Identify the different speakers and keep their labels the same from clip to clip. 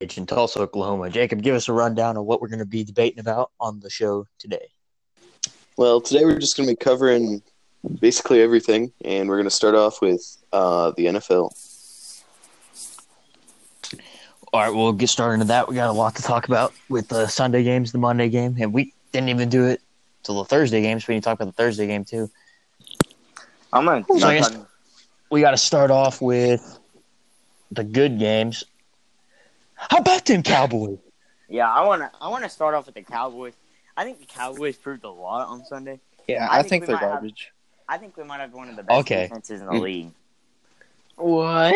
Speaker 1: It's in Tulsa, Oklahoma. Jacob, give us a rundown of what we're going to be debating about on the show today.
Speaker 2: Well, today we're just going to be covering basically everything, and we're going to start off with uh, the NFL.
Speaker 1: All right, we'll get started into that. We got a lot to talk about with the Sunday games, the Monday game, and we didn't even do it till the Thursday game, so we need to talk about the Thursday game too.
Speaker 3: I'm gonna.
Speaker 1: So I
Speaker 3: knock
Speaker 1: guess-
Speaker 3: on-
Speaker 1: we got to start off with the good games. How about them Cowboys?
Speaker 3: yeah, I wanna. I wanna start off with the Cowboys. I think the Cowboys proved a lot on Sunday.
Speaker 4: Yeah,
Speaker 3: I
Speaker 4: I,
Speaker 3: think
Speaker 4: think,
Speaker 3: we
Speaker 4: they're
Speaker 3: might have-
Speaker 4: garbage.
Speaker 3: I think we might have one of the best
Speaker 1: Okay.
Speaker 3: defenses in the
Speaker 2: Mm.
Speaker 3: league.
Speaker 4: What?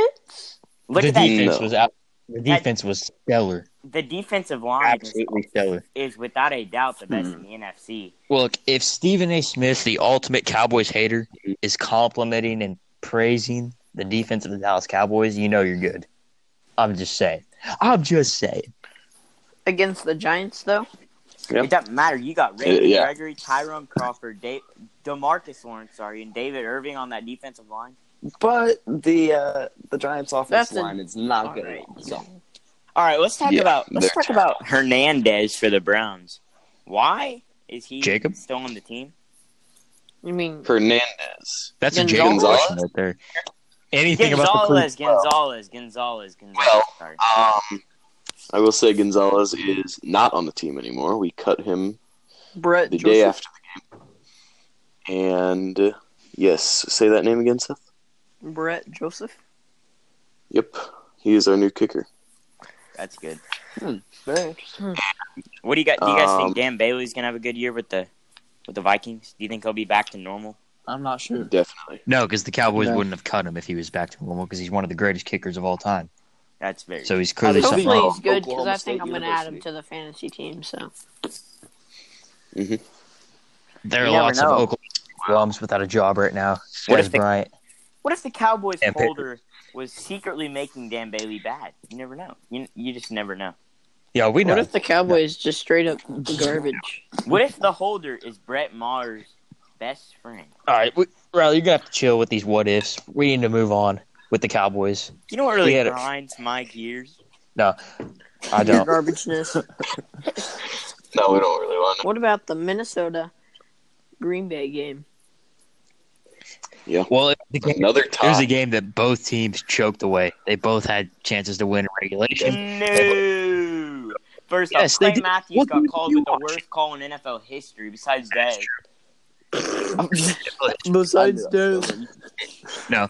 Speaker 3: Look
Speaker 1: the
Speaker 3: at that.
Speaker 1: defense
Speaker 2: No.
Speaker 1: was out. The defense was stellar,
Speaker 3: The defensive line is,
Speaker 1: absolutely stellar.
Speaker 3: is without a doubt the
Speaker 2: Hmm.
Speaker 3: best in the NFC.
Speaker 1: Well, look, if Stephen A. Smith, the ultimate Cowboys hater, is complimenting and praising the defense of the Dallas Cowboys, you know you're good. I'm just saying. I'm just saying.
Speaker 5: Against the Giants, though?
Speaker 2: Yep.
Speaker 3: It doesn't matter. You got Ray
Speaker 2: Uh, yeah.
Speaker 3: Gregory, Tyrone Crawford, da- Demarcus Lawrence, sorry, and David Irving on that defensive line.
Speaker 4: But the uh, the Giants' offense
Speaker 5: That's a-
Speaker 4: line is not good.
Speaker 5: Alright.
Speaker 4: at all. So
Speaker 3: All right, let's talk
Speaker 2: Yeah,
Speaker 3: about let's
Speaker 2: they're
Speaker 3: talk about Hernandez for the Browns. Why is he
Speaker 1: Jacob?
Speaker 3: still on the team?
Speaker 5: You mean
Speaker 2: Hernandez.
Speaker 1: That's
Speaker 5: Gonzalez?
Speaker 1: a Jacob question right there. Anything about the
Speaker 3: Gonzalez,
Speaker 1: Cleveland-
Speaker 3: Gonzalez, Gonzalez, Gonzalez.
Speaker 2: Well,
Speaker 3: sorry.
Speaker 2: Um, I will say Gonzalez is not on the team anymore. We cut him
Speaker 5: Brett
Speaker 2: the
Speaker 5: Joseph?
Speaker 2: day after the game. And uh, yes, say that name again, Seth.
Speaker 5: Brett Joseph?
Speaker 2: Yep, he is our new kicker.
Speaker 3: That's good.
Speaker 4: very interesting.
Speaker 3: What do you got? Do you guys
Speaker 2: Um,
Speaker 3: think Dan Bailey's gonna have a good year with the with the Vikings? Do you think he'll be back to normal?
Speaker 4: I'm not sure.
Speaker 2: Definitely.
Speaker 1: No, because the Cowboys
Speaker 4: No.
Speaker 1: wouldn't have cut him if he was back to normal because he's one of the greatest kickers of all time.
Speaker 3: That's very.
Speaker 1: So he's clearly
Speaker 4: How did
Speaker 1: something.
Speaker 5: Hopefully
Speaker 4: Oklahoma-
Speaker 5: he's good because I
Speaker 4: Oklahoma
Speaker 5: think
Speaker 4: State
Speaker 5: I'm going to add him
Speaker 4: University.
Speaker 5: to the fantasy team. So
Speaker 1: There are
Speaker 3: You never
Speaker 1: lots of
Speaker 3: know.
Speaker 1: Oklahoma alums without a job right now.
Speaker 3: What if
Speaker 1: Des
Speaker 3: they-
Speaker 1: Bryant.
Speaker 3: what if the Cowboys
Speaker 1: And Pitt-
Speaker 3: holder was secretly making Dan Bailey bad? You never know. You you just never know.
Speaker 1: Yeah, we know.
Speaker 5: what if the Cowboys just straight up garbage?
Speaker 3: What if the holder is Brett Maher's best friend?
Speaker 1: All right, we, Riley, you're gonna have to chill with these what ifs. We need to move on with the Cowboys.
Speaker 3: You know what really
Speaker 1: We had a-
Speaker 3: grinds my gears?
Speaker 1: I
Speaker 5: Your
Speaker 1: don't.
Speaker 5: garbageness.
Speaker 2: No, we don't really want
Speaker 5: what about the Minnesota Green Bay game?
Speaker 1: well, it, the
Speaker 2: him.
Speaker 1: game,
Speaker 2: Another
Speaker 1: it was
Speaker 2: tie.
Speaker 1: a game that both teams choked away. They both had chances to win in regulation.
Speaker 3: No. First
Speaker 1: Yes,
Speaker 3: off,
Speaker 1: they
Speaker 3: Clay
Speaker 1: did.
Speaker 3: Matthews
Speaker 1: What
Speaker 3: got
Speaker 1: do
Speaker 3: called
Speaker 1: you
Speaker 3: with the
Speaker 1: watch?
Speaker 3: worst call in NFL history. Besides that,
Speaker 5: Besides
Speaker 4: I knew
Speaker 5: Dez.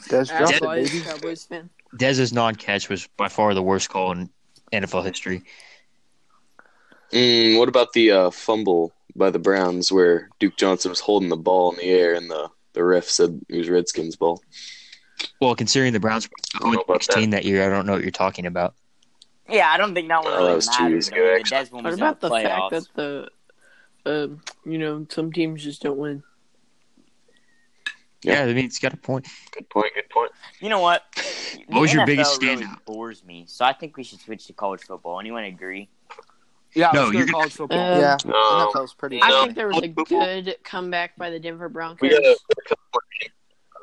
Speaker 4: That's
Speaker 1: Dez-
Speaker 5: Cowboys fan.
Speaker 1: Dez's non-catch was by far the worst call in NFL history.
Speaker 2: Mm, what about the uh, fumble by the Browns where Duke Johnson was holding the ball in the air and the, the ref said it was Redskins' ball?
Speaker 1: Well, considering the Browns
Speaker 2: I don't
Speaker 1: were
Speaker 2: know about that.
Speaker 1: 16 that year, I don't know what you're talking about.
Speaker 3: yeah, I don't think that one
Speaker 2: Oh,
Speaker 3: really
Speaker 2: that was two
Speaker 3: matters.
Speaker 2: years ago,
Speaker 3: I mean, the
Speaker 2: actually.
Speaker 3: Des one
Speaker 5: What
Speaker 3: was in
Speaker 5: about the fact
Speaker 3: playoffs.
Speaker 5: that the, um, you know, some teams just don't win?
Speaker 2: Yeah.
Speaker 1: Yeah, I mean, it's got a point.
Speaker 2: Good point, good point.
Speaker 3: You know what?
Speaker 1: What was
Speaker 3: The
Speaker 1: your
Speaker 3: NFL
Speaker 1: biggest
Speaker 3: really
Speaker 1: standout?
Speaker 3: bores me, so I think we should switch to college football. Anyone agree?
Speaker 6: Yeah,
Speaker 1: No,
Speaker 6: no,
Speaker 1: you're
Speaker 6: you're
Speaker 1: gonna-
Speaker 6: college football.
Speaker 5: Um,
Speaker 4: Yeah.
Speaker 2: Um,
Speaker 6: NFL's pretty.
Speaker 5: I
Speaker 2: No.
Speaker 5: think there was a good comeback by the Denver
Speaker 2: we
Speaker 5: Broncos.
Speaker 2: got a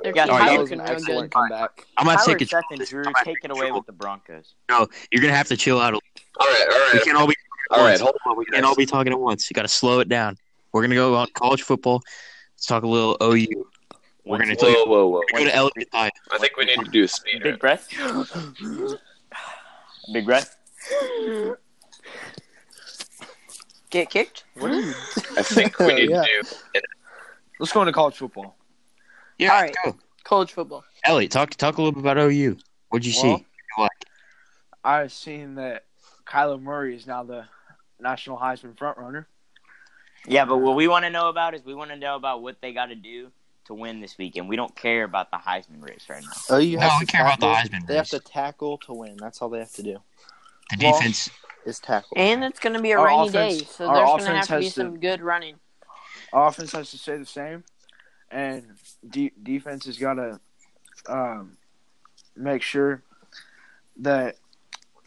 Speaker 5: Their
Speaker 3: Yeah,
Speaker 5: kicker
Speaker 3: that
Speaker 4: that was
Speaker 5: looking
Speaker 4: an
Speaker 5: real good.
Speaker 4: excellent comeback.
Speaker 1: I'm gonna
Speaker 3: Tyler
Speaker 1: take
Speaker 3: Seth
Speaker 1: a
Speaker 3: and Drew,
Speaker 1: I'm gonna
Speaker 3: take it
Speaker 1: take
Speaker 3: away
Speaker 1: control.
Speaker 3: with the Broncos.
Speaker 1: No, you're gonna have to chill out. a-
Speaker 2: All right, all
Speaker 1: We
Speaker 2: right,
Speaker 1: can't all be
Speaker 2: all right. Hold on, we
Speaker 1: we can't all be talking at once. You got to slow it down. We're gonna go on college football. Let's talk a little OU. We're gonna
Speaker 2: Whoa, whoa, whoa!
Speaker 1: We're gonna go to LSU.
Speaker 2: I think we need to do a speed.
Speaker 3: Big breath. Big breath. Get kicked.
Speaker 6: What are you?
Speaker 2: I think we need
Speaker 6: Yeah.
Speaker 2: to do.
Speaker 6: Let's go into college football.
Speaker 1: Yeah,
Speaker 5: All right.
Speaker 1: go.
Speaker 5: College football.
Speaker 1: Elliot, talk talk a little bit about OU. What'd you
Speaker 6: Well,
Speaker 1: see? Like,
Speaker 6: I've seen that Kyler Murray is now the national Heisman frontrunner.
Speaker 3: Yeah, but what we want to know about is we want to know about what they got to do to win this weekend. We don't care about the Heisman race right now.
Speaker 4: Oh, you
Speaker 1: No, we care about the Heisman.
Speaker 4: They have
Speaker 1: race.
Speaker 4: to tackle to win. That's all they have to do.
Speaker 1: the
Speaker 6: well-
Speaker 1: defense.
Speaker 4: Is tackle.
Speaker 5: And it's going to be a
Speaker 6: Our
Speaker 5: rainy
Speaker 6: offense-
Speaker 5: day, so
Speaker 6: our
Speaker 5: there's going to have
Speaker 6: offense
Speaker 5: to be
Speaker 6: has to-
Speaker 5: some good running.
Speaker 6: Our offense has to stay the same, and de- defense has got to um, make sure that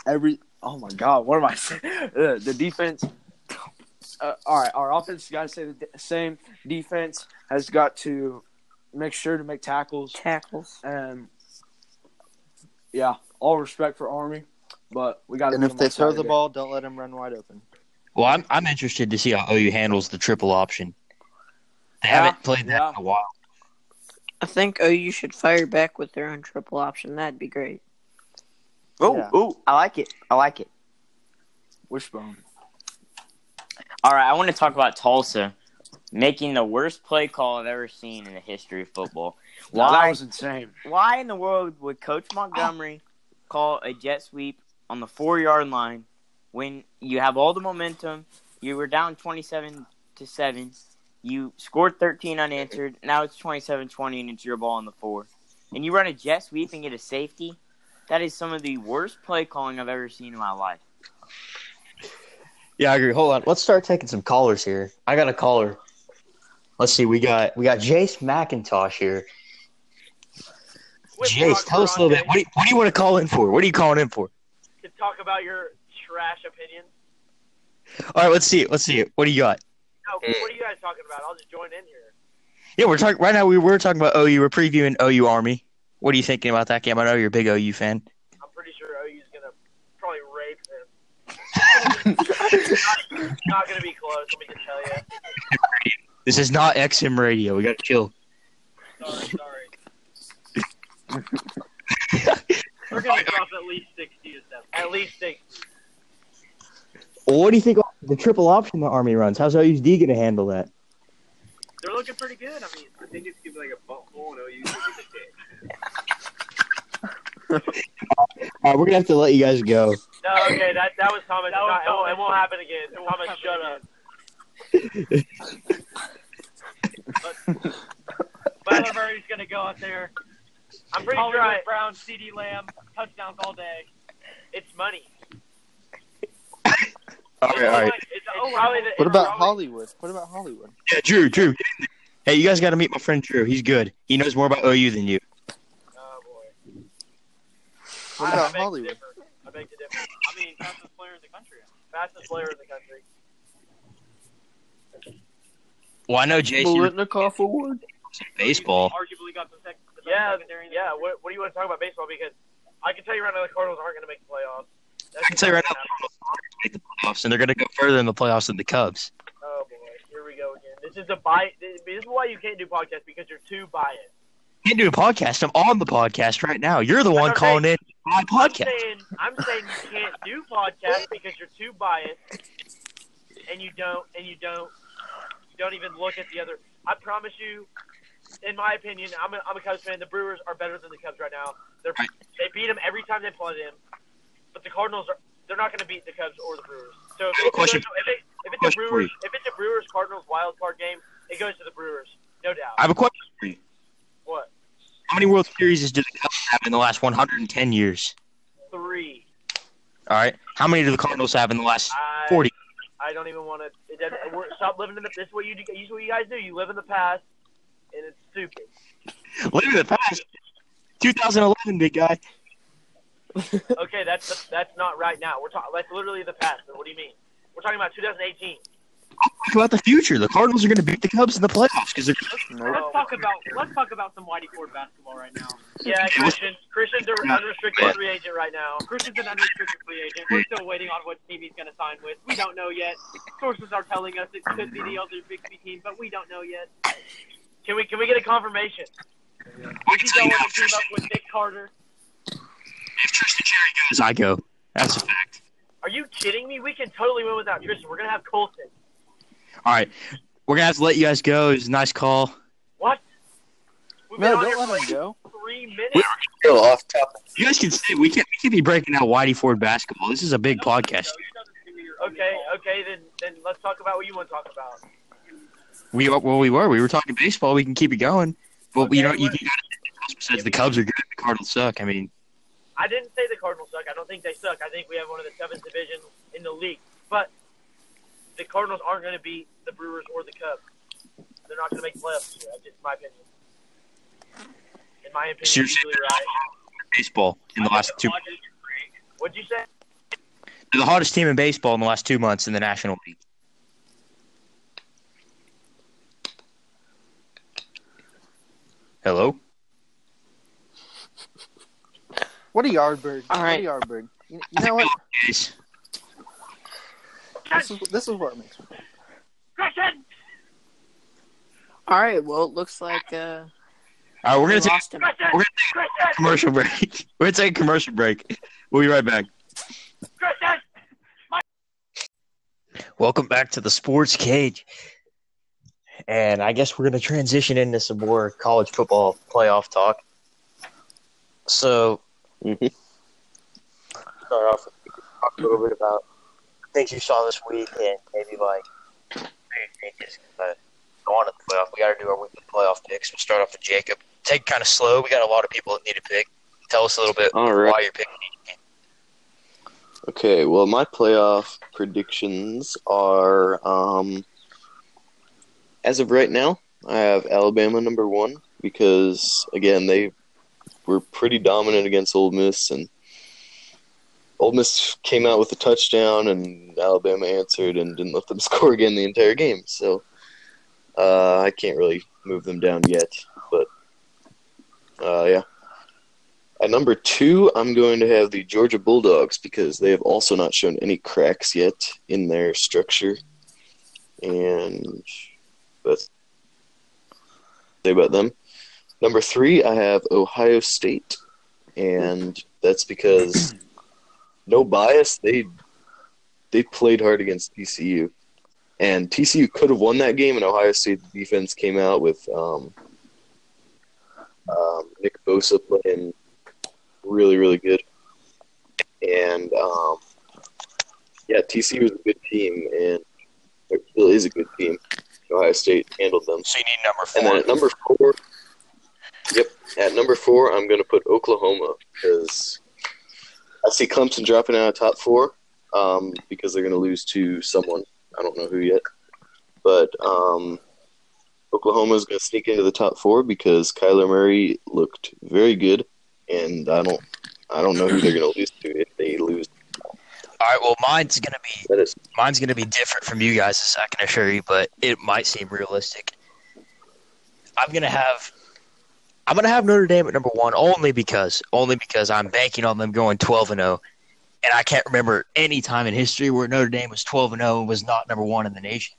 Speaker 6: every. Oh my God, what am I saying? Uh, the defense. Uh, all right, our offense has got to stay the d- same. Defense has got to make sure to make tackles.
Speaker 5: Tackles.
Speaker 6: And yeah, all respect for Army. But we got.
Speaker 4: And if they throw the ball, don't let them run wide open.
Speaker 1: Well, I'm I'm interested to see how OU handles the triple option. They
Speaker 3: Yeah,
Speaker 1: haven't played that
Speaker 3: yeah.
Speaker 1: in a while.
Speaker 5: I think OU should fire back with their own triple option. That'd be great.
Speaker 3: Oh,
Speaker 4: Yeah.
Speaker 3: oh, I like it. I like it.
Speaker 6: wishbone.
Speaker 3: All right, I want to talk about Tulsa making the worst play call I've ever seen in the history of football.
Speaker 6: Wow, that
Speaker 3: Why?
Speaker 6: was insane.
Speaker 3: Why in the world would Coach Montgomery call a jet sweep on the four yard line when you have all the momentum? You were down 27 to 7. You scored 13 unanswered. Now it's 27 20 and it's your ball on the four. And you run a jet sweep and get a safety? That is some of the worst play calling I've ever seen in my life.
Speaker 1: Yeah, I agree. Hold on. Let's start taking some callers here. I got a caller. Let's see. We got we got Jace McIntosh here.
Speaker 7: With
Speaker 1: Jace,
Speaker 7: Brock
Speaker 1: tell us a little bit. What
Speaker 7: Grande
Speaker 1: do, you, what do you want to call in for? What are you calling in for?
Speaker 7: To talk about your trash opinion.
Speaker 1: All right, let's see it. Let's see it. What do you got?
Speaker 7: No,
Speaker 2: Mm.
Speaker 7: what are you guys talking about? I'll just join in here.
Speaker 1: Yeah, we're talking right now. We were talking about OU. We're previewing OU Army. What are you thinking about that game? I know you're a big OU fan.
Speaker 7: I'm pretty sure OU's gonna probably rape them. not, not gonna be close. Let me just tell you.
Speaker 1: This is not XM radio. We got to chill.
Speaker 7: Sorry, sorry. We're gonna drop at least sixty to seven. At least sixty.
Speaker 1: Well, what do you think about the triple option the Army runs? How's OU's D going to handle that?
Speaker 7: They're looking pretty good. I mean, I think it's gonna be like a butthole and OU's gonna be dick.
Speaker 1: All right, we're going to have to let you guys go.
Speaker 7: No, okay, that that was Thomas. Not- it, won't, it won't happen again. Thomas, shut up. but Murray's gonna go out there. I'm pretty sure it's Brown, CD Lamb, touchdowns all day. It's money.
Speaker 1: All right, all right.
Speaker 7: It's, oh, probably the,
Speaker 4: What
Speaker 7: it's
Speaker 4: about
Speaker 7: probably-
Speaker 4: Hollywood? What about Hollywood?
Speaker 1: Yeah, Drew, Drew. get in there. Hey, you guys got to meet my friend Drew. He's good. He knows more about OU than you.
Speaker 7: Oh, boy. I-
Speaker 4: What
Speaker 7: I
Speaker 4: about
Speaker 7: beg to
Speaker 4: Hollywood?
Speaker 7: differ. I beg to differ. I mean, fastest player in the country. Fastest player in the country.
Speaker 1: Well, I know Jason you're
Speaker 5: Bolitnikoff Award.
Speaker 1: in baseball.
Speaker 7: Arguably got the second. yeah, yeah. What, what do you want to talk about baseball? Because I can tell you right now the Cardinals aren't going to make the playoffs. That's
Speaker 1: I can tell you right now, the Cardinals made the playoffs, and they're going to go further in the playoffs than the Cubs.
Speaker 7: Oh boy, here we go again. This is a bias. This is why you can't do podcasts because you're too biased.
Speaker 1: Can't do a podcast. I'm on the podcast right now. You're the one
Speaker 7: okay.
Speaker 1: calling in my podcast.
Speaker 7: I'm saying, I'm saying you can't do podcasts because you're too biased, and you don't, and you don't, you don't even look at the other. I promise you, in my opinion, I'm a, I'm a Cubs fan. The Brewers are better than the Cubs right now. They're
Speaker 1: Right.
Speaker 7: they beat them every time they play them, but the Cardinals are they're not going to beat the Cubs or the Brewers. So if, it goes-
Speaker 1: Question-
Speaker 7: if, it, if it's a
Speaker 1: question for
Speaker 7: Brewers,
Speaker 1: you.
Speaker 7: if it's a Brewers Cardinals wild card game, it goes to the Brewers, no doubt.
Speaker 1: I have a question for you.
Speaker 7: what
Speaker 1: How many World Series did the Cubs have in the last 110 years?
Speaker 7: three?
Speaker 1: All right. How many do the Cardinals have in the last?
Speaker 7: I,
Speaker 1: 40.
Speaker 7: I don't even want to. It doesn't, we're, stop living in the. This is what you. do- This is what you guys do. You live in the past, and it's stupid.
Speaker 1: Look at the past. 2011, big guy.
Speaker 7: Okay, that's the, that's not right now. We're talking. That's literally the past. What do you mean? We're talking about 2018.
Speaker 1: Talk about the future. The Cardinals are going to beat the Cubs in the playoffs because they're.
Speaker 4: Nope.
Speaker 7: Let's talk about let's talk about some Whitey Ford basketball right now. Yeah, Christian. Christian's an unrestricted free agent right now. Christian's an unrestricted free agent. We're still waiting on what team he's going to sign with. We don't know yet. Sources are telling us it could be the Elder Bixby team, but we don't know yet. Can we can we get a confirmation? Is he going to team up with Nick Carter?
Speaker 1: If Tristan Cherry goes, I go. That's a fact.
Speaker 7: Are you kidding me? We can totally win without Tristan. We're going to have Colson.
Speaker 1: All right. We're going to have to let you guys go. It was a nice call.
Speaker 7: What? We've been
Speaker 4: No,
Speaker 7: on here
Speaker 4: don't
Speaker 7: for
Speaker 4: let
Speaker 7: like
Speaker 4: him go.
Speaker 7: three minutes.
Speaker 2: Still off topic.
Speaker 1: You guys can stay. We can't, we can't be breaking out Whitey Ford basketball. This is a big podcast.
Speaker 7: Okay, okay, then then let's talk about what you want to talk about.
Speaker 1: We are, well, we were. We were talking baseball. We can keep it going. But, you know,
Speaker 7: Okay,
Speaker 1: you, you
Speaker 7: what-
Speaker 1: got to besides the Cubs are good. The Cardinals suck. I mean,
Speaker 7: I didn't say the Cardinals suck. I don't think they suck. I think we have one of the seventh divisions in the league. But the Cardinals aren't going to beat the Brewers or the Cubs. They're not going to make playoffs. This year. That's just my opinion. In my opinion,
Speaker 1: So you're saying
Speaker 7: usually right.
Speaker 1: baseball in the last two.
Speaker 7: What'd you say?
Speaker 1: They're the hottest team in baseball in the last two months in the National League. Hello.
Speaker 4: What a yard bird.
Speaker 5: All right.
Speaker 4: What a yard bird. You, you know what?
Speaker 1: Jeez.
Speaker 4: This is, this is what makes me.
Speaker 7: Christian!
Speaker 5: All right. Well, it looks like uh,
Speaker 1: All right, we're
Speaker 5: we
Speaker 1: gonna take
Speaker 5: lost him.
Speaker 7: Christian!
Speaker 1: We're
Speaker 7: Christian!
Speaker 1: a commercial break. We're gonna take a commercial break. We'll be right back.
Speaker 7: Christian!
Speaker 1: Welcome back to the Sports Cage. And I guess we're going to transition into some more college football playoff talk. So,
Speaker 2: Mhm.
Speaker 1: start off with talk a little bit about things you saw this week and maybe like maybe just uh, go on to the playoff. We got to do our weekly playoff picks. We'll start off with Jacob. Take kind of slow. We got a lot of people that need to pick. Tell us a little bit
Speaker 2: All right.
Speaker 1: why you're picking.
Speaker 2: Okay, well, my playoff predictions are um, as of right now, I have Alabama number one because, again, they were pretty dominant against Ole Miss, and Ole Miss came out with a touchdown, and Alabama answered and didn't let them score again the entire game. So uh, I can't really move them down yet, but uh, yeah. At number two, I'm going to have the Georgia Bulldogs because they have also not shown any cracks yet in their structure. And that's say about them. Number three, I have Ohio State, and that's because no bias, they they played hard against TCU. And TCU could have won that game, and Ohio State defense came out with um, um, Nick Bosa playing really, really good. And um, yeah, TCU was a good team, and there still is a good team. Ohio State handled them.
Speaker 1: So you need number four.
Speaker 2: And then at number four, yep, at number four, I'm going to put Oklahoma because I see Clemson dropping out of top four um, because they're going to lose to someone. I don't know who yet. But um, Oklahoma is going to sneak into the top four because Kyler Murray looked very good, and I don't, I don't know who they're going to lose to if they lose.
Speaker 1: All right, well, mine's going to be
Speaker 2: That is
Speaker 1: mine's going to be different from you guys, I can assure you, but it might seem realistic. I'm going to have I'm going to have Notre Dame at number 1 only because only because I'm banking on them going 12 and 0 and I can't remember any time in history where Notre Dame was 12 and 0 and was not number 1 in the nation.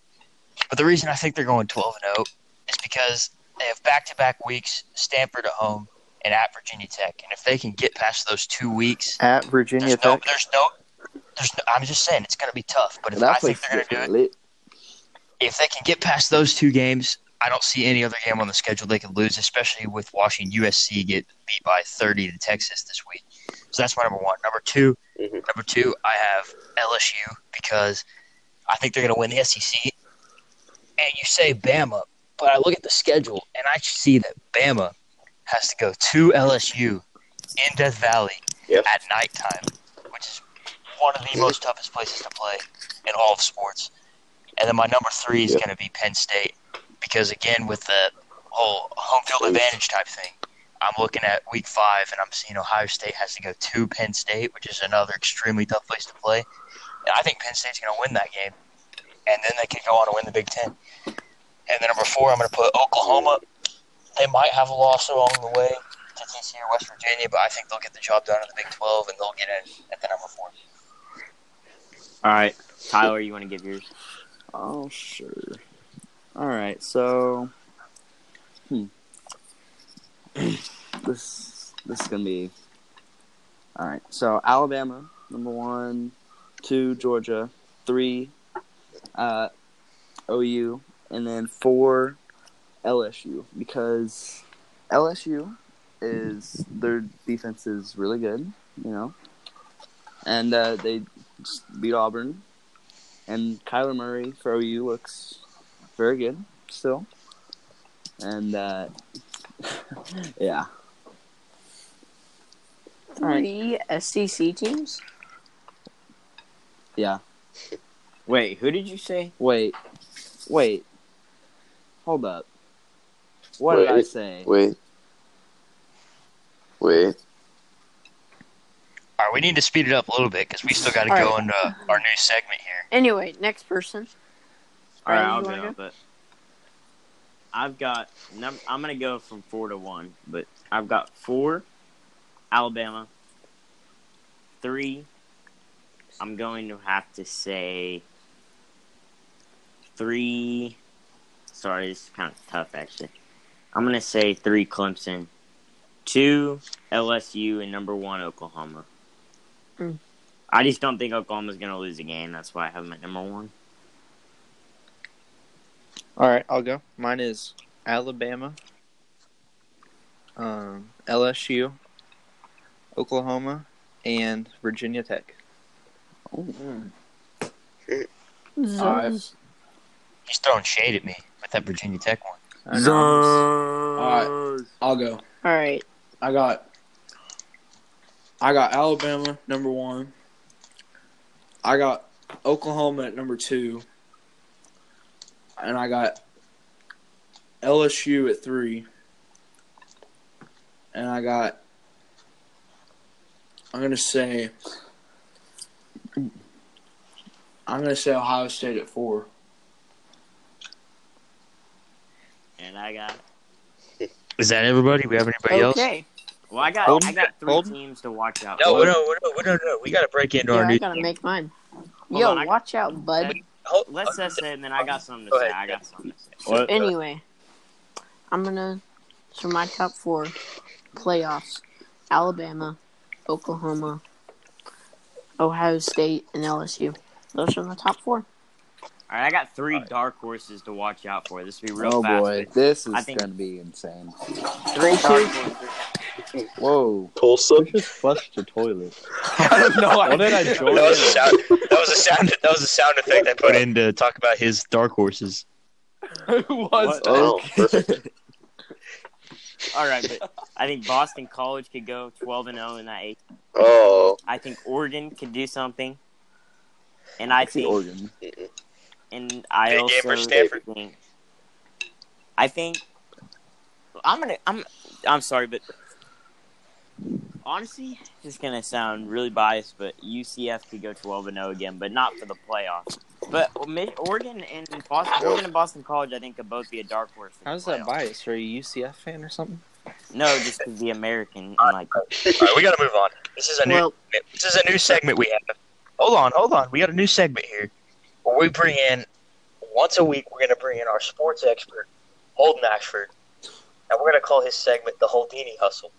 Speaker 1: But the reason I think they're going 12 and 0 is because they have back-to-back weeks, Stanford at home and at Virginia Tech. And if they can get past those two weeks,
Speaker 4: At Virginia
Speaker 1: there's no, there's no, there's no. I'm just saying it's going to be tough. But if I think they're going to do it, if they can get past those two games, I don't see any other game on the schedule they could lose, especially with Washington USC get beat by 30 to Texas this week. So that's my number one. Number 2
Speaker 2: Mhm.
Speaker 1: number two, I have LSU because I think they're going to win the SEC. And you say Bama, but I look at the schedule and I see that Bama has to go to LSU in Death Valley
Speaker 2: Yep.
Speaker 1: at nighttime, which is one of the most toughest places to play in all of sports. And then my number three is
Speaker 2: Yep.
Speaker 1: going to be Penn State because, again, with the whole home field advantage type thing, I'm looking at week five and I'm seeing Ohio State has to go to Penn State, which is another extremely tough place to play. And I think Penn State's going to win that game. And then they could go on to win the Big Ten. And then number four, I'm going to put Oklahoma. They might have a loss along the way to TCU or West Virginia, but I think they'll get the job done in the Big 12 and they'll get in at the number four.
Speaker 3: All right, Tyler, you want to give yours?
Speaker 4: Oh, sure.
Speaker 6: All right, so hmm. this this is gonna be all right. So Alabama number one, two Georgia, three uh, OU, and then four LSU because LSU is their defense is really good, you know, and uh, they just beat Auburn, and Kyler Murray for OU looks very good still. And uh, yeah,
Speaker 5: Three SEC teams.
Speaker 6: yeah.
Speaker 3: Wait, who did you say?
Speaker 6: Wait, wait. Hold up. What did I
Speaker 2: Wait.
Speaker 6: say?
Speaker 2: wait, wait.
Speaker 1: All right, we need to speed it up a little bit because we still got to
Speaker 5: All
Speaker 1: go
Speaker 5: right.
Speaker 1: into our new segment here.
Speaker 5: Anyway, next person.
Speaker 3: All right,
Speaker 5: Alright,
Speaker 3: I'll
Speaker 5: you
Speaker 3: go.
Speaker 5: wanna
Speaker 3: But I've got. num- I'm gonna go from four to one, but I've got four, Alabama, three, I'm going to have to say three. Sorry, this is kind of tough, actually. I'm going to say three Clemson, two LSU, and number one Oklahoma.
Speaker 5: Hmm.
Speaker 3: I just don't think Oklahoma's going to lose a game. That's why I have them at number one.
Speaker 4: All right, I'll go. Mine is Alabama, um, LSU, Oklahoma, and Virginia Tech.
Speaker 5: Zuz.
Speaker 1: He's throwing shade at me with that Virginia Tech one.
Speaker 4: I know.
Speaker 8: I'll go.
Speaker 5: All right.
Speaker 8: I got I got Alabama number one. I got Oklahoma at number two. And I got LSU at three. And I got I'm gonna say I'm gonna say Ohio State at four.
Speaker 3: And I got.
Speaker 1: Is that everybody? We have anybody else?
Speaker 5: Okay.
Speaker 3: Well, I got
Speaker 4: Hold-
Speaker 3: I got three
Speaker 4: hold.
Speaker 3: teams to watch out.
Speaker 1: No,
Speaker 3: for.
Speaker 1: no, no, no, no, no. We got to break into
Speaker 5: Yeah,
Speaker 1: our
Speaker 5: I
Speaker 1: new.
Speaker 5: gotta make mine.
Speaker 3: Hold
Speaker 5: Yo,
Speaker 3: on, I-
Speaker 5: watch out, bud.
Speaker 1: Hold-
Speaker 3: Let's just say, and then I got something to
Speaker 1: Go
Speaker 3: say.
Speaker 1: ahead.
Speaker 3: I got something to say.
Speaker 5: So anyway, I'm gonna so my top four playoffs: Alabama, Oklahoma, Ohio State, and LSU. Those are my top four.
Speaker 3: All right, I got three dark horses to watch out for. This will be real
Speaker 9: oh
Speaker 3: fast.
Speaker 9: boy, this is
Speaker 3: I think-
Speaker 9: gonna be insane.
Speaker 3: Three dark horses.
Speaker 9: Whoa,
Speaker 2: Tulsa.
Speaker 9: who just flushed the toilet?
Speaker 4: no,
Speaker 9: What did I join?
Speaker 1: That was, a sound, that was a sound. That was a sound effect they put in to talk about his dark horses.
Speaker 4: was
Speaker 2: Oh, perfect.
Speaker 3: All right, but I think Boston College could go twelve and zero in that eight.
Speaker 2: Oh,
Speaker 3: I think Oregon could do something, and I
Speaker 9: The
Speaker 3: think
Speaker 9: organ.
Speaker 3: and I
Speaker 1: Big
Speaker 3: also
Speaker 1: game for Stanford.
Speaker 3: think I think I'm gonna I'm I'm sorry, but honestly, this is gonna sound really biased, but UCF could go 12 and 0 again, but not for the playoffs. But Mi- Oregon and Boston, Oregon and Boston College, I think, could both be a dark horse. for the
Speaker 4: How's that
Speaker 3: playoffs.
Speaker 4: biased? Are you a UCF fan or something?
Speaker 3: No, just 'cause the American. and, Like,
Speaker 1: All right, we got to move on. This is a new.
Speaker 5: Well,
Speaker 1: This is a new segment we have. Hold on, hold on. We got a new segment here where we bring in once a week. We're going to bring in our sports expert, Holden Ashford, and we're going to call his segment the Holdini Hustle.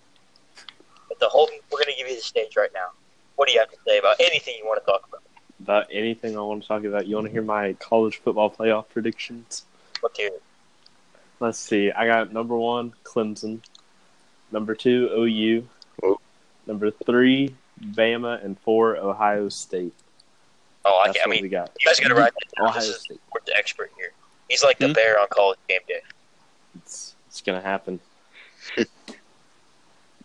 Speaker 1: But the Holden, we're going to give you the stage right now. What do you have to say about anything you want to talk about?
Speaker 10: About anything I want to talk about. You want to hear my college football playoff predictions?
Speaker 1: Look here.
Speaker 10: Let's see. I got number one, Clemson. Number two, OU.
Speaker 2: Oh.
Speaker 10: Number three, Bama. And four, Ohio State.
Speaker 1: Oh, I,
Speaker 10: That's
Speaker 1: I
Speaker 10: what
Speaker 1: mean,
Speaker 10: we got.
Speaker 1: you guys got to write that down.
Speaker 9: Ohio
Speaker 1: This is
Speaker 9: State.
Speaker 1: the sports expert here. He's like the bear on college game day.
Speaker 10: It's, it's going to happen.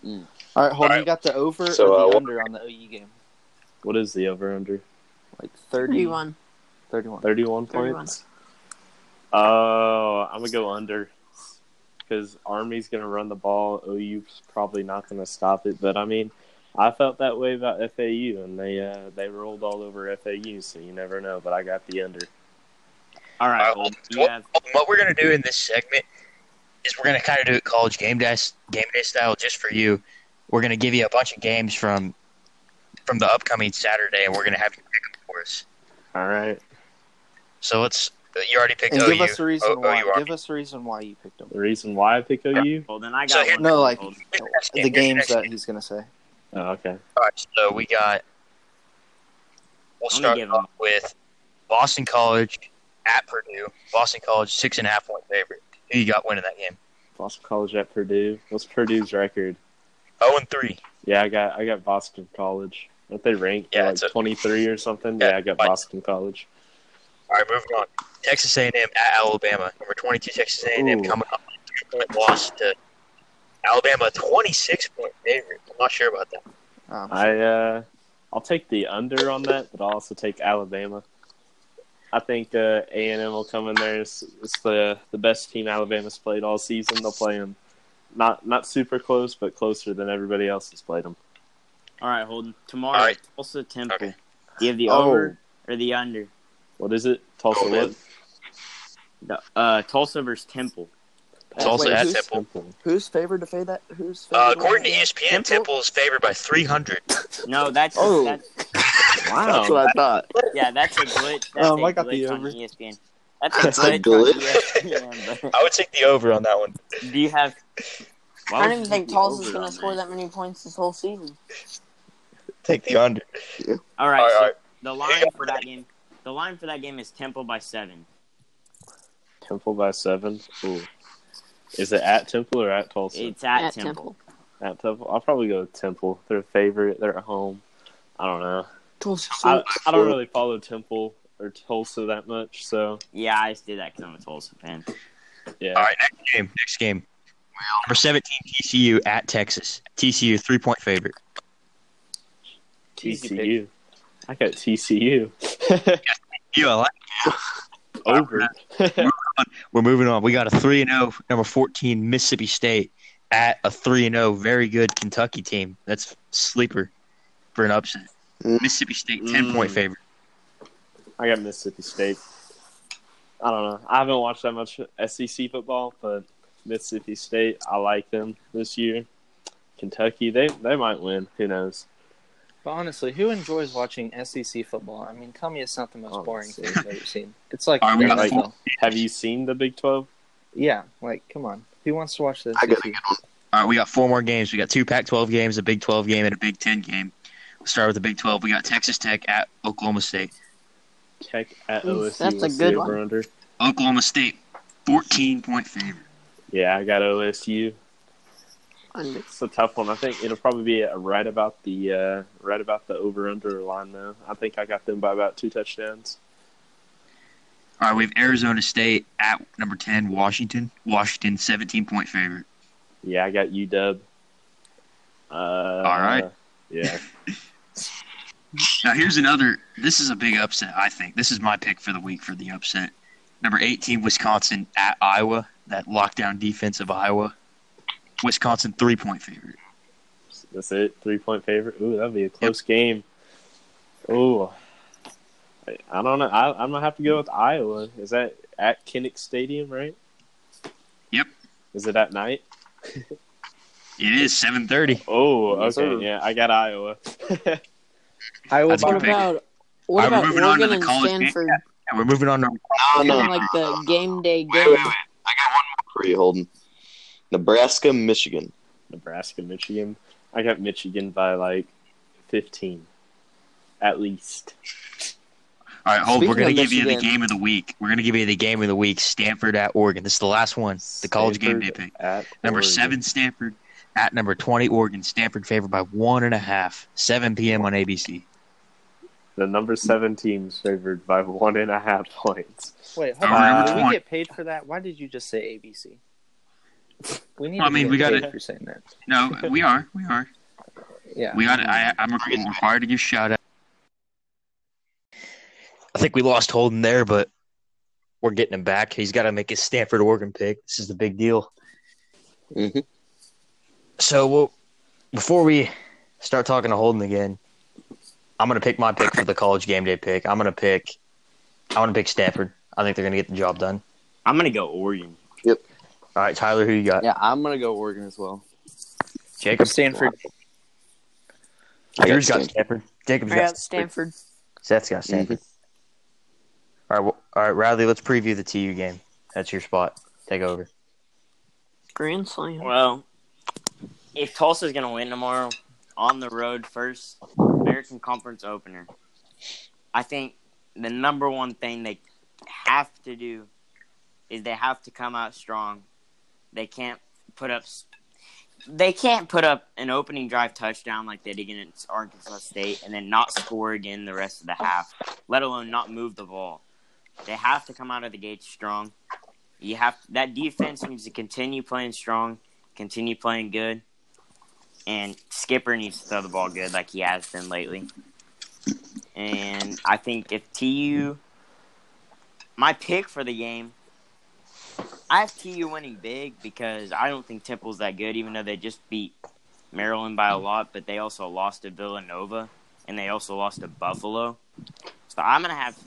Speaker 4: Mm. All right, hold
Speaker 1: All
Speaker 4: on.
Speaker 1: right.
Speaker 4: You got the over
Speaker 2: So,
Speaker 4: or the
Speaker 2: uh, what-
Speaker 4: under on the OU game?
Speaker 10: What is the over under?
Speaker 4: Like 30,
Speaker 5: thirty-one.
Speaker 4: 31.
Speaker 10: 31
Speaker 5: 31.
Speaker 10: points? Oh, I'm going to go under. Because Army's going to run the ball. OU's probably not going to stop it. But I mean, I felt that way about FAU, and they uh, they rolled all over FAU, so you never know. But I got the under.
Speaker 3: all right,
Speaker 1: Uh,
Speaker 3: well, you
Speaker 1: what-
Speaker 3: have
Speaker 1: what we're gonna do in this segment is we're gonna kind of do it college game day game day style, just for you. We're gonna give you a bunch of games from from the upcoming Saturday, and we're gonna have you pick them for us.
Speaker 10: All right.
Speaker 1: So let's. You already picked
Speaker 4: And
Speaker 1: OU.
Speaker 4: give us a reason
Speaker 1: O-
Speaker 4: why.
Speaker 1: OU are.
Speaker 4: Give us a reason why you picked him.
Speaker 10: The reason why I pick OU?
Speaker 3: Well, then I got
Speaker 1: So here-
Speaker 3: one.
Speaker 4: No, like
Speaker 3: Hold-
Speaker 4: the games that he's gonna say.
Speaker 10: Oh, okay.
Speaker 1: All right, so we got. We'll
Speaker 3: I'm gonna
Speaker 1: start
Speaker 3: give 'em-
Speaker 1: off with Boston College at Purdue. Boston College six and a half point favorite. Who you got winning that game?
Speaker 10: Boston College at Purdue. What's Purdue's record?
Speaker 1: Oh and three.
Speaker 10: Yeah, I got I got Boston College. Aren't they ranked?
Speaker 1: Yeah,
Speaker 10: Yeah, like
Speaker 1: it's a-
Speaker 10: twenty three or something.
Speaker 1: Yeah,
Speaker 10: Yeah, I got
Speaker 1: but-
Speaker 10: Boston College.
Speaker 1: All right, moving on. Texas A&M at Alabama. Number 22, Texas A&M
Speaker 10: Ooh.
Speaker 1: coming off a three-point loss to Alabama, 26-point favorite. I'm not sure about that.
Speaker 4: Um,
Speaker 10: I uh, I'll take the under on that, but I'll also take Alabama. I think uh, A and M will come in there. It's, it's the the best team Alabama's played all season. They'll play them, not not super close, but closer than everybody else has played them.
Speaker 3: All right, Holden. Tomorrow,
Speaker 1: All right.
Speaker 3: Tulsa Temple.
Speaker 1: Okay.
Speaker 3: Do you have the
Speaker 9: Oh.
Speaker 3: over or the under?
Speaker 10: What is it? Tulsa
Speaker 2: Oh, man.
Speaker 10: what?
Speaker 3: The, uh, Tulsa versus Temple.
Speaker 1: It's also at
Speaker 9: who's-
Speaker 1: Temple.
Speaker 9: Who's favored to fade that? Who's favored?
Speaker 1: Uh, according to ESPN, Temple is favored by 300.
Speaker 3: No, that's
Speaker 9: Oh.
Speaker 3: that's
Speaker 9: wow, that's what I thought.
Speaker 3: yeah, that's a glitch. That's
Speaker 10: Um,
Speaker 3: a
Speaker 10: I got the
Speaker 3: glitch on
Speaker 10: over.
Speaker 3: E ESPN. That's a
Speaker 2: That's a
Speaker 3: glitch.
Speaker 2: glitch?
Speaker 3: On E ESPN, bro.
Speaker 1: I would take the over on that one.
Speaker 3: Do you have?
Speaker 5: I
Speaker 3: Why would
Speaker 5: don't even
Speaker 3: you
Speaker 5: think
Speaker 3: be
Speaker 5: Talls
Speaker 3: over
Speaker 5: is going
Speaker 3: on
Speaker 5: to score that many points this whole season.
Speaker 1: Take the under.
Speaker 3: All right.
Speaker 1: All
Speaker 3: so
Speaker 1: right.
Speaker 3: The line for that game. The line for that game is Temple by seven.
Speaker 10: Temple by seven. Ooh. Is it at Temple or at Tulsa?
Speaker 3: It's at,
Speaker 5: at
Speaker 3: Temple.
Speaker 5: Temple.
Speaker 10: At Temple. I'll probably go with Temple. They're a favorite. They're at home. I don't know.
Speaker 5: Tulsa
Speaker 10: I,
Speaker 5: sucks.
Speaker 10: I don't really follow Temple or Tulsa that much, so
Speaker 3: Yeah, I just did that because I'm a Tulsa fan.
Speaker 10: yeah.
Speaker 1: All right, next game. Next game. Number 17, TCU at Texas. TCU, three point favorite.
Speaker 10: TCU. I got TCU.
Speaker 1: You, I like
Speaker 10: Over.
Speaker 1: We're moving on. We got a 3 and 0 number 14 Mississippi State at a 3 and 0 very good Kentucky team. That's sleeper for an upset.
Speaker 2: Mm.
Speaker 1: Mississippi State 10 point
Speaker 10: Mm.
Speaker 1: favorite.
Speaker 10: I got Mississippi State. I don't know. I haven't watched that much SEC football, but Mississippi State, I like them this year. Kentucky, they they might win. Who knows?
Speaker 4: But honestly, who enjoys watching SEC football? I mean, tell me it's not the most
Speaker 10: Oh,
Speaker 4: boring
Speaker 10: let's
Speaker 4: thing I've ever seen. It's like,
Speaker 1: Are we
Speaker 10: on the
Speaker 4: NFL.
Speaker 10: phone? Have you seen the Big Twelve?
Speaker 4: yeah, like come on, who wants to watch E this?
Speaker 2: I got a good one.
Speaker 1: All right, we got four more games. We got two Pac 12 games, a Big 12 game, and a Big 10 game. Let's start with the Big 12. We got Texas Tech at Oklahoma State.
Speaker 10: Tech at
Speaker 5: Oof,
Speaker 10: OSU.
Speaker 5: that's a
Speaker 10: What's
Speaker 5: good
Speaker 10: the
Speaker 5: one.
Speaker 10: over under?
Speaker 1: Oklahoma State 14 point favorite.
Speaker 10: Yeah, I got OSU.
Speaker 5: Under.
Speaker 10: It's a tough one. I think it'll probably be uh, right about the uh, right about the over under line though. I think I got them by about two touchdowns.
Speaker 1: All right, we have Arizona State at number 10 Washington. Washington 17 point favorite.
Speaker 10: Yeah, I got UW. Uh, All
Speaker 1: right.
Speaker 10: Yeah.
Speaker 1: Now here's another. This is a big upset. I think this is my pick for the week for the upset. Number 18, Wisconsin at Iowa. That lockdown defense of Iowa. Wisconsin three point favorite.
Speaker 10: That's it. Three point favorite. Ooh, that'd be a close game. Ooh, I, I don't know. I, I'm gonna have to go with Iowa. Is that at Kinnick Stadium, right?
Speaker 1: Yep.
Speaker 10: Is it at night?
Speaker 1: It is 7:30.
Speaker 10: Oh,
Speaker 5: Yes,
Speaker 10: okay.
Speaker 5: sir.
Speaker 10: Yeah, I got Iowa.
Speaker 4: I will
Speaker 1: That's
Speaker 4: buy
Speaker 5: What
Speaker 1: good pick.
Speaker 5: about what
Speaker 1: Alright, we're
Speaker 5: about
Speaker 1: moving on to
Speaker 5: Oregon
Speaker 1: the
Speaker 5: and
Speaker 1: college game.
Speaker 5: Stanford?
Speaker 1: And we're moving on to
Speaker 2: No,
Speaker 5: Kind
Speaker 2: Ah, Oh, no.
Speaker 5: of like the game day
Speaker 2: Wait, wait,
Speaker 5: game.
Speaker 2: wait. I got one more for you, Holden. Nebraska, Michigan.
Speaker 10: Nebraska, Michigan. I got Michigan by like 15, at least.
Speaker 1: all right. Hold. We're
Speaker 9: Speaking
Speaker 1: gonna
Speaker 9: of
Speaker 1: give you the
Speaker 9: Michigan-
Speaker 1: game of the week. We're gonna give you the game of the week. Stanford at Oregon. This is the last one. The college game day
Speaker 10: Stanford
Speaker 1: pick.
Speaker 10: At
Speaker 1: Number
Speaker 10: Oregon.
Speaker 1: seven Stanford at number 20 Oregon. Stanford favored by one and a half. 7 p.m. on ABC.
Speaker 10: The number seven team's favored by one and a half points.
Speaker 4: Wait, hold
Speaker 1: Uh,
Speaker 4: on. Did
Speaker 1: which
Speaker 4: we
Speaker 1: one?
Speaker 4: get paid for that? Why did you just say ABC? We need
Speaker 1: Well, I
Speaker 4: to
Speaker 1: mean,
Speaker 4: get
Speaker 1: we gotta-
Speaker 4: paid for saying that.
Speaker 1: No, we are. We are.
Speaker 4: Yeah.
Speaker 1: We got. I, I'm required to give shout out. I think we lost Holden there, but we're getting him back. He's got to make his Stanford Oregon pick. This is the big deal.
Speaker 2: Mm-hmm.
Speaker 1: So, we'll, before we start talking to Holden again, I'm going to pick my pick for the college game day pick. I'm going to pick. I want to pick Stanford. I think they're going to get the job done.
Speaker 3: I'm gonna go Oregon.
Speaker 1: All right, Tyler, who you got?
Speaker 9: Yeah, I'm gonna go Oregon as well.
Speaker 1: Jacob.
Speaker 4: Stanford.
Speaker 2: I got
Speaker 1: Drew's got
Speaker 2: Stanford.
Speaker 1: Stanford. Jacob's
Speaker 5: I
Speaker 1: got
Speaker 5: got Stanford.
Speaker 1: Seth's got Stanford. All right, well, all right, Riley. Let's preview the TU game. That's your spot. Take over.
Speaker 5: Grand Slam.
Speaker 3: Well, if Tulsa's gonna win tomorrow on the road, first American Conference opener, I think the number one thing they have to do is they have to come out strong. They can't put up. They can't put up an opening drive touchdown like they did against Arkansas State and then not score again the rest of the half, let alone not move the ball. They have to come out of the gate strong. You have that defense needs to continue playing strong, continue playing good, and Skipper needs to throw the ball good like he has been lately. And I think if TU, my pick for the game, I have TU winning big because I don't think Temple's that good, even though they just beat Maryland by a lot, but they also lost to Villanova and they also lost to Buffalo. So I'm gonna have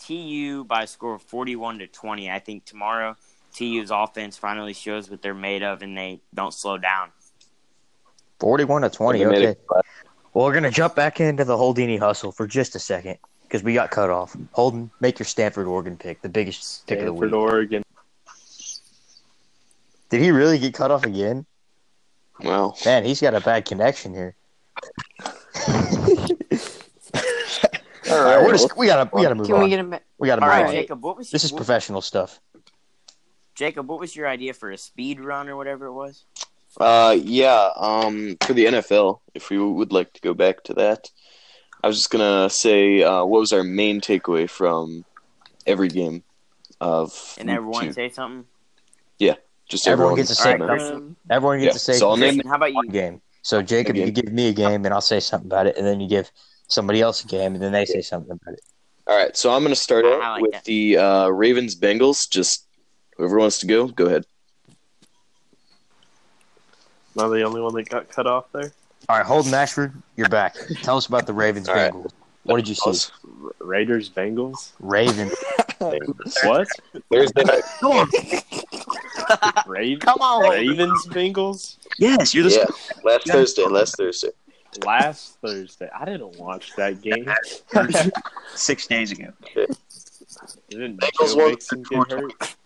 Speaker 3: TU by a score of 41 to 20. I think tomorrow TU's offense finally shows what they're made of, and they don't slow down.
Speaker 1: 41 to 20.
Speaker 2: They made
Speaker 1: Okay.
Speaker 2: it flat.
Speaker 1: Well, we're going to jump back into the Holdini hustle for just a second because we got cut off. Holden, make your Stanford Oregon pick, the biggest pick of the
Speaker 10: Stanford,
Speaker 1: week.
Speaker 10: Oregon.
Speaker 1: Did he really get cut off again?
Speaker 2: Wow.
Speaker 1: Man, he's got a bad connection here.
Speaker 2: All
Speaker 1: All right, we're
Speaker 2: well,
Speaker 1: just, we gotta we gotta move
Speaker 5: Can we
Speaker 1: on.
Speaker 5: get him back?
Speaker 1: we gotta
Speaker 3: All
Speaker 1: move
Speaker 3: right,
Speaker 1: on.
Speaker 3: Jacob, what was
Speaker 1: This is
Speaker 3: what-
Speaker 1: professional stuff.
Speaker 3: Jacob? What was your idea for a speed run or whatever it was?
Speaker 2: Uh, yeah. Um, for the NFL, if we would like to go back to that, I was just gonna say, uh, what was our main takeaway from every game of
Speaker 3: And
Speaker 2: week
Speaker 3: everyone
Speaker 2: two?
Speaker 3: say something.
Speaker 2: Just
Speaker 1: Everyone gets a
Speaker 2: said
Speaker 1: segment.
Speaker 3: All right,
Speaker 5: Um,
Speaker 1: Everyone
Speaker 2: Yeah,
Speaker 1: gets to say
Speaker 2: so I'll name
Speaker 3: Christian, how about you?
Speaker 1: game. So Jacob,
Speaker 2: game.
Speaker 1: you give me a game, and I'll say something about it, and then you give somebody else a game, and then they say something about it.
Speaker 2: All right, so I'm gonna start
Speaker 3: I
Speaker 2: out
Speaker 3: like
Speaker 2: with
Speaker 3: that.
Speaker 2: the uh, Ravens Bengals. Just whoever wants to go, go ahead.
Speaker 10: Am I the only one that got cut off there?
Speaker 1: All right, Holden Ashford, you're back. Tell us about the Ravens
Speaker 2: All right.
Speaker 1: Bengals. What did you see?
Speaker 2: Us.
Speaker 10: R- Raiders, Bengals.
Speaker 1: Ravens.
Speaker 10: what?
Speaker 2: Thursday night.
Speaker 10: Raven,
Speaker 3: Come on, Holden.
Speaker 10: Ravens, Bengals.
Speaker 1: yes, you're
Speaker 2: Yeah, last Thursday. Last Thursday.
Speaker 10: Last Thursday, I didn't watch that game.
Speaker 11: six days ago.
Speaker 10: Didn't
Speaker 2: Bengals
Speaker 10: Joe
Speaker 2: won.
Speaker 10: Mixon get hurt?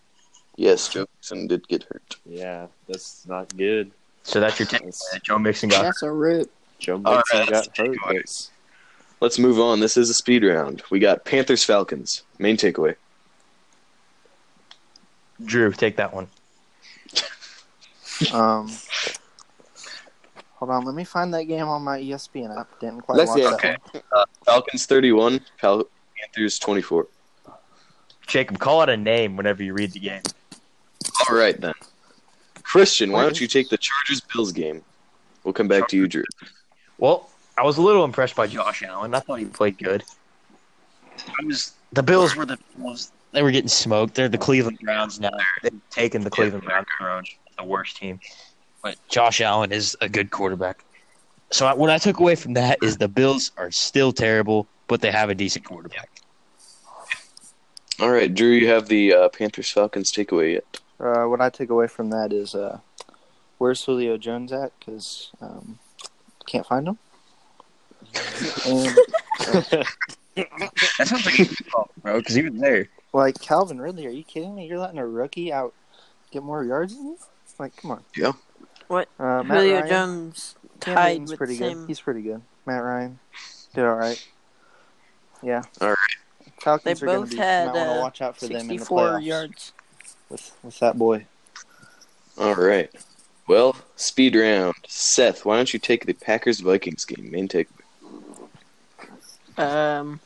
Speaker 2: Yes, Joe Mixon did get hurt.
Speaker 10: Yeah, that's not good.
Speaker 1: So that's your take.
Speaker 10: That's-
Speaker 1: Joe Mixon got.
Speaker 5: that's a rip.
Speaker 10: Joe
Speaker 2: All
Speaker 10: Mixon
Speaker 2: right,
Speaker 10: got hurt. That's,
Speaker 2: Let's move on. This is a speed round. We got Panthers Falcons. Main takeaway.
Speaker 1: Drew, take that one.
Speaker 4: Um, hold on, let me find that game on my E ESPN app. Didn't quite
Speaker 9: Let's
Speaker 4: watch
Speaker 9: see.
Speaker 4: that.
Speaker 9: Okay.
Speaker 2: Falcons 31, Pal- Panthers 24.
Speaker 1: Jacob, call out a name whenever you read the game.
Speaker 2: All right, then. Christian, why don't you take the Chargers Bills game? We'll come back to you, Drew.
Speaker 1: Well, I was a little impressed by Josh Allen. I thought he played good.
Speaker 11: I was
Speaker 1: The Bills were
Speaker 11: were the was
Speaker 1: they were getting smoked. They're the Cleveland Browns now. They've taken the Cleveland Browns,
Speaker 11: coach.
Speaker 1: the worst team. But Josh Allen is a good quarterback. So I, what I took away from that is the Bills are still terrible, but they have a decent quarterback.
Speaker 2: All right, Drew, you have the uh, Panthers Falcons takeaway yet?
Speaker 4: Uh, what I take away from that is uh, where's Julio Jones at? Because um, can't find him. and, uh,
Speaker 11: That sounds like a good call, bro, because he was there.
Speaker 4: like Calvin Ridley, are you kidding me? You're letting a rookie out get more yards than you? It's Like, come on.
Speaker 2: Yeah.
Speaker 5: What?
Speaker 4: Uh, Matt
Speaker 5: Julio
Speaker 4: Ryan,
Speaker 5: Jones
Speaker 4: Cam
Speaker 5: tied
Speaker 4: Newton's
Speaker 5: with
Speaker 4: pretty
Speaker 5: the same.
Speaker 4: good. He's pretty good. Matt Ryan did all right. Yeah.
Speaker 2: All right.
Speaker 4: Falcons
Speaker 5: They
Speaker 4: are going
Speaker 5: both
Speaker 4: to be.
Speaker 5: had,
Speaker 4: you might want
Speaker 5: uh,
Speaker 4: to watch out for them in the
Speaker 5: 64
Speaker 4: playoffs
Speaker 5: yards.
Speaker 4: with with that boy.
Speaker 2: All right. Well, speed round. Seth, why don't you take the Packers Vikings game? Main takeaway.
Speaker 5: Um,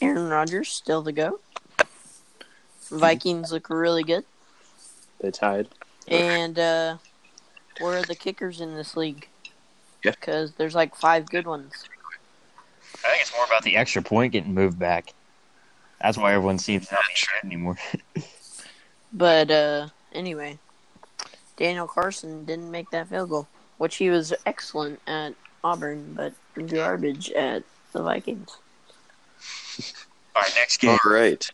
Speaker 5: Aaron Rodgers still to go. Vikings look really good,
Speaker 10: they tied.
Speaker 5: and uh, where are the kickers in this league?
Speaker 2: Yeah.
Speaker 5: Because there's like five good ones.
Speaker 1: I think it's more about the extra point getting moved back. That's why everyone seems not being shit anymore.
Speaker 5: But uh, anyway, Daniel Carson didn't make that field goal, which he was excellent at Auburn, but garbage at the Vikings.
Speaker 1: All right, next
Speaker 2: All right.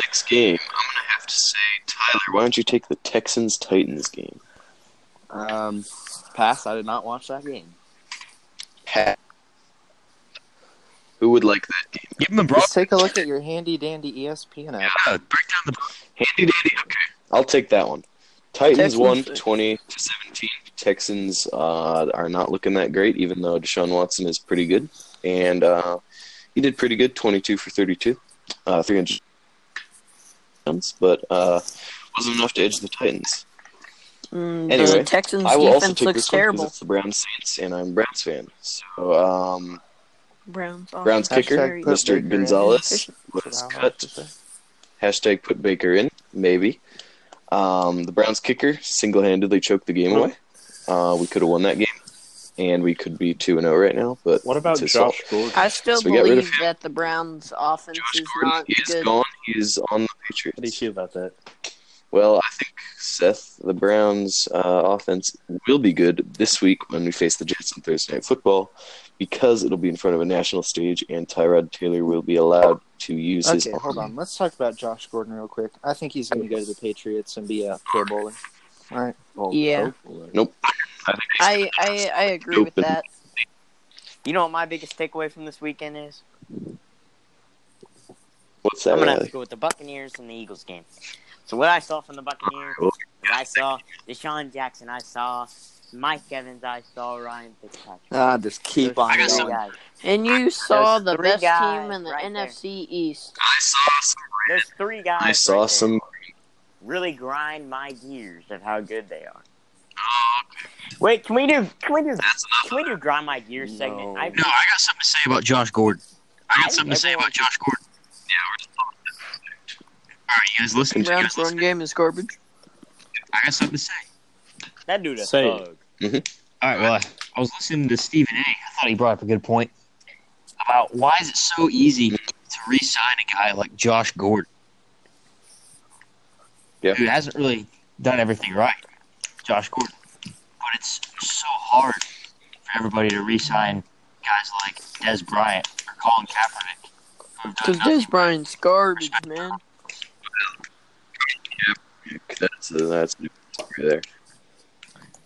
Speaker 2: Next game, I'm going to have to say, Tyler, why don't you take the Texans Titans game?
Speaker 9: Um, pass. I did not watch that game.
Speaker 2: Pat. Who would like that game?
Speaker 1: Give him the broad.
Speaker 4: Just take a look at your handy dandy E ESPN app.
Speaker 1: Break down the.
Speaker 2: Handy dandy. Okay, I'll take that one. Titans
Speaker 5: Texans-
Speaker 2: won 20 to 17. Texans uh, are not looking that great, even though Deshaun Watson is pretty good, and uh, he did pretty good, 22 for 32, uh, 300 yards, but uh, wasn't enough to edge the Titans.
Speaker 5: Mm,
Speaker 2: Anyway,
Speaker 5: the Texans'
Speaker 2: I will also
Speaker 5: defense
Speaker 2: take
Speaker 5: looks
Speaker 2: this one because
Speaker 5: terrible.
Speaker 2: it's the Browns Saints, and I'm a Browns fan. So um,
Speaker 5: Browns,
Speaker 2: Browns
Speaker 5: offense is
Speaker 2: kicker,
Speaker 5: very
Speaker 4: put Baker
Speaker 2: Mr.
Speaker 4: in.
Speaker 2: Gonzalez
Speaker 5: inefficient.
Speaker 2: was
Speaker 4: That's what I
Speaker 2: cut.
Speaker 4: have to say.
Speaker 2: Hashtag put Baker in, maybe. Um, the Browns kicker single handedly choked the game away. Uh, we could have won that game, and we could be 2 0 right now. But
Speaker 10: What about
Speaker 2: it's his
Speaker 10: Josh
Speaker 2: fault.
Speaker 10: Gordon?
Speaker 5: I still
Speaker 2: So we got rid of
Speaker 5: believe that the Browns' offense
Speaker 2: Josh
Speaker 5: is
Speaker 2: Gordon
Speaker 5: not
Speaker 2: he is
Speaker 5: good.
Speaker 2: gone. He is on the
Speaker 10: How do you
Speaker 2: Patriots.
Speaker 10: feel about that?
Speaker 2: Well, I think, Seth, the Browns' uh, offense will be good this week when we face the Jets on Thursday Night Football because it'll be in front of a national stage and Tyrod Taylor will be allowed to use his
Speaker 4: Okay, hold on. Let's talk about Josh Gordon real quick. I think he's going to go to the Patriots and be a Pro Bowler. All right. Well,
Speaker 5: Yeah.
Speaker 2: Nope.
Speaker 5: I, I, I agree with
Speaker 2: Open.
Speaker 5: that.
Speaker 3: You know what my biggest takeaway from this weekend is?
Speaker 2: What's
Speaker 3: I'm
Speaker 2: that,
Speaker 3: gonna have to
Speaker 2: Riley?
Speaker 3: go with the Buccaneers and the Eagles game. So what I saw from the Buccaneers is I saw Deshaun Jackson, I saw Mike Evans, I saw Ryan Fitzpatrick.
Speaker 9: Ah, just keep
Speaker 3: Those
Speaker 9: on
Speaker 3: three
Speaker 9: going.
Speaker 3: guys.
Speaker 5: And you saw
Speaker 3: Those
Speaker 5: the
Speaker 3: three
Speaker 5: best
Speaker 3: guys
Speaker 5: team in the
Speaker 3: right there.
Speaker 5: NFC East.
Speaker 2: I saw some.
Speaker 3: Those three guys
Speaker 2: I saw
Speaker 3: right there
Speaker 2: some.
Speaker 3: really grind my gears of how good they are.
Speaker 1: Oh,
Speaker 3: Wait, can we do can we do can we do grind my gears segment? I,
Speaker 1: No, I got something to say about Josh Gordon. I
Speaker 3: I
Speaker 1: got something to say
Speaker 3: everyone-
Speaker 1: about Josh Gordon. Yeah, we're just talking. All right, you guys listen. You
Speaker 5: Browns
Speaker 1: guys
Speaker 5: run
Speaker 1: listen.
Speaker 5: game is garbage.
Speaker 1: I got something to say.
Speaker 3: that dude a
Speaker 10: Say it.
Speaker 3: thug.
Speaker 1: All right, well, I, I was listening to Stephen A. I thought he brought up a good point about why is it so easy to re-sign a guy like Josh Gordon,
Speaker 2: Yeah.
Speaker 1: who hasn't really done everything right, Josh Gordon. But it's so hard for everybody to re-sign guys like Des Bryant or Colin Kaepernick, who've done
Speaker 5: Because
Speaker 1: nothing.
Speaker 5: Des Bryant's garbage, man.
Speaker 2: That's a, that's a different story there.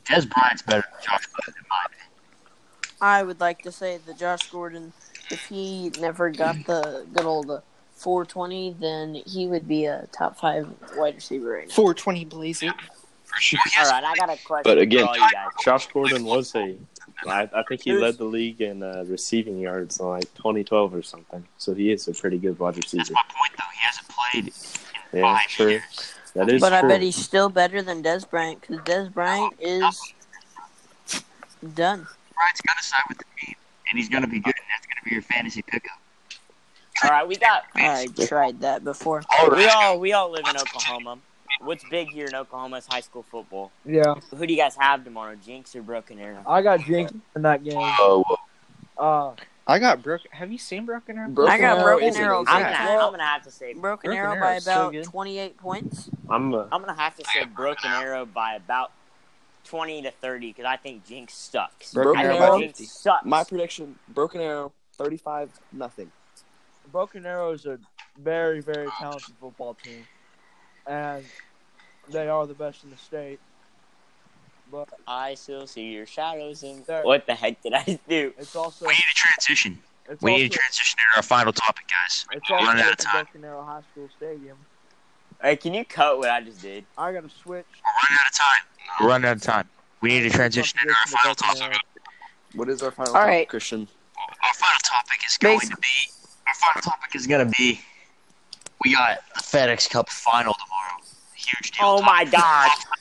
Speaker 1: Des Bryant's better than Josh Gordon in my opinion.
Speaker 5: I would like to say that Josh Gordon, if he never got the good old uh, 420, then he would be a top five wide receiver right now.
Speaker 4: 420 blaze it.
Speaker 1: For sure.
Speaker 3: All right, I got a question
Speaker 2: But again-
Speaker 3: for all you guys.
Speaker 10: Josh Gordon was a. I, I think he
Speaker 3: Who's-
Speaker 10: led the league in uh, receiving yards in like 2012 or something. So he is a pretty good wide
Speaker 1: That's
Speaker 10: receiver.
Speaker 1: my point, though. He hasn't played in
Speaker 10: Yeah,
Speaker 1: five
Speaker 10: true.
Speaker 1: years.
Speaker 10: That is
Speaker 5: but I
Speaker 10: true.
Speaker 5: bet he's still better than Des Bryant because Des Bryant is done.
Speaker 1: Bryant's got to side with the team, and he's going to be good, and that's going to be your fantasy pickup.
Speaker 3: All right, we got
Speaker 5: I tried that before.
Speaker 1: All
Speaker 3: we all we all live in Oklahoma. What's big here in Oklahoma is high school football.
Speaker 6: Yeah,
Speaker 3: Who do you guys have tomorrow, Jinx or Broken Arrow?
Speaker 6: I got Jinx in that game.
Speaker 2: Oh, well,
Speaker 6: Uh,
Speaker 4: I got broken. Have you seen Broken Arrow?
Speaker 9: Broken
Speaker 5: I got
Speaker 9: Arrow
Speaker 5: Broken
Speaker 9: is
Speaker 5: Arrow.
Speaker 9: amazing.
Speaker 3: I'm
Speaker 5: big
Speaker 3: gonna,
Speaker 5: time.
Speaker 3: I'm gonna have to say
Speaker 5: Broken,
Speaker 4: Broken
Speaker 5: Arrow by
Speaker 4: Arrow's so
Speaker 5: about
Speaker 4: good.
Speaker 5: 28 points.
Speaker 10: I'm uh,
Speaker 3: I'm gonna have to say Broken Arrow by about twenty to thirty because I think Jinx sucks.
Speaker 9: Broken
Speaker 3: I
Speaker 9: Arrow
Speaker 3: think
Speaker 9: by
Speaker 3: Jinx
Speaker 9: 50.
Speaker 3: sucks.
Speaker 9: My prediction: Broken Arrow, thirty-five, nothing.
Speaker 6: Broken Arrow is a very, very talented football team, and they are the best in the state. But
Speaker 3: I still see your shadows in.
Speaker 6: There.
Speaker 3: What the heck did I do?
Speaker 6: it's also
Speaker 1: We need a transition.
Speaker 6: it's
Speaker 1: We
Speaker 6: also,
Speaker 1: need to transition to our final topic, guys.
Speaker 6: it's
Speaker 1: We're
Speaker 6: also
Speaker 1: running out of
Speaker 6: at the
Speaker 1: time.
Speaker 6: Broken Arrow High School Stadium.
Speaker 3: Hey, can you cut what I just did?
Speaker 6: I gotta switch.
Speaker 1: We're running out of time. We're running out of time. We need to transition into our final
Speaker 6: Broken Arrow.
Speaker 1: topic.
Speaker 9: What is our final
Speaker 5: All
Speaker 9: topic,
Speaker 5: right.
Speaker 9: Christian?
Speaker 1: Our final topic is going to be. Our final topic is going to be. We got the FedEx Cup final tomorrow. Huge deal.
Speaker 3: Oh my gosh!
Speaker 10: The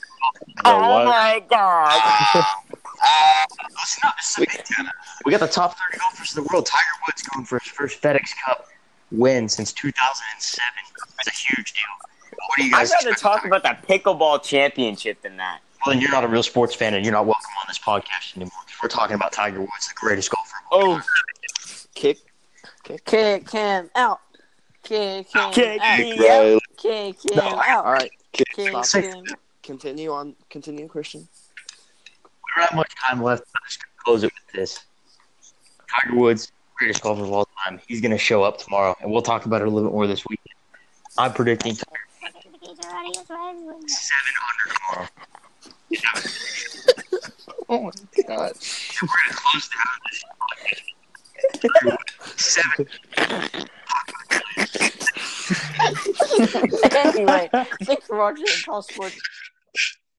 Speaker 3: Oh
Speaker 10: what?
Speaker 3: my gosh!
Speaker 1: Listen up, this is a big deal. We got the top 30 golfers in the world. Tiger Woods going for his first FedEx Cup win since 2007. It's a huge deal. What do you
Speaker 3: I'd
Speaker 1: guys?
Speaker 3: rather
Speaker 1: expect?
Speaker 3: talk about the pickleball championship than that.
Speaker 1: Well, then you're not a real sports fan, and you're not welcome on this podcast anymore. 'cause We're talking about Tiger Woods, the greatest golfer. of all
Speaker 9: Oh, kick.
Speaker 5: Kick him out. Kick him
Speaker 3: Kick
Speaker 5: out.
Speaker 3: me out.
Speaker 2: Riley,
Speaker 5: Kick him
Speaker 1: No, I-
Speaker 5: out.
Speaker 9: All right,
Speaker 2: kick.
Speaker 5: Kick
Speaker 9: stop
Speaker 1: it.
Speaker 5: him out.
Speaker 9: continue on. Continue, Christian.
Speaker 1: We don't have much time left. I'm just going to close it with this. Tiger Woods, greatest golfer of all time. He's going to show up tomorrow, and we'll talk about it a little bit more this weekend. I'm predicting seven under tomorrow.
Speaker 4: Oh my
Speaker 1: We're
Speaker 4: god.
Speaker 1: going to close down this podcast. Seven
Speaker 5: anyway, thanks for watching Impulse Sports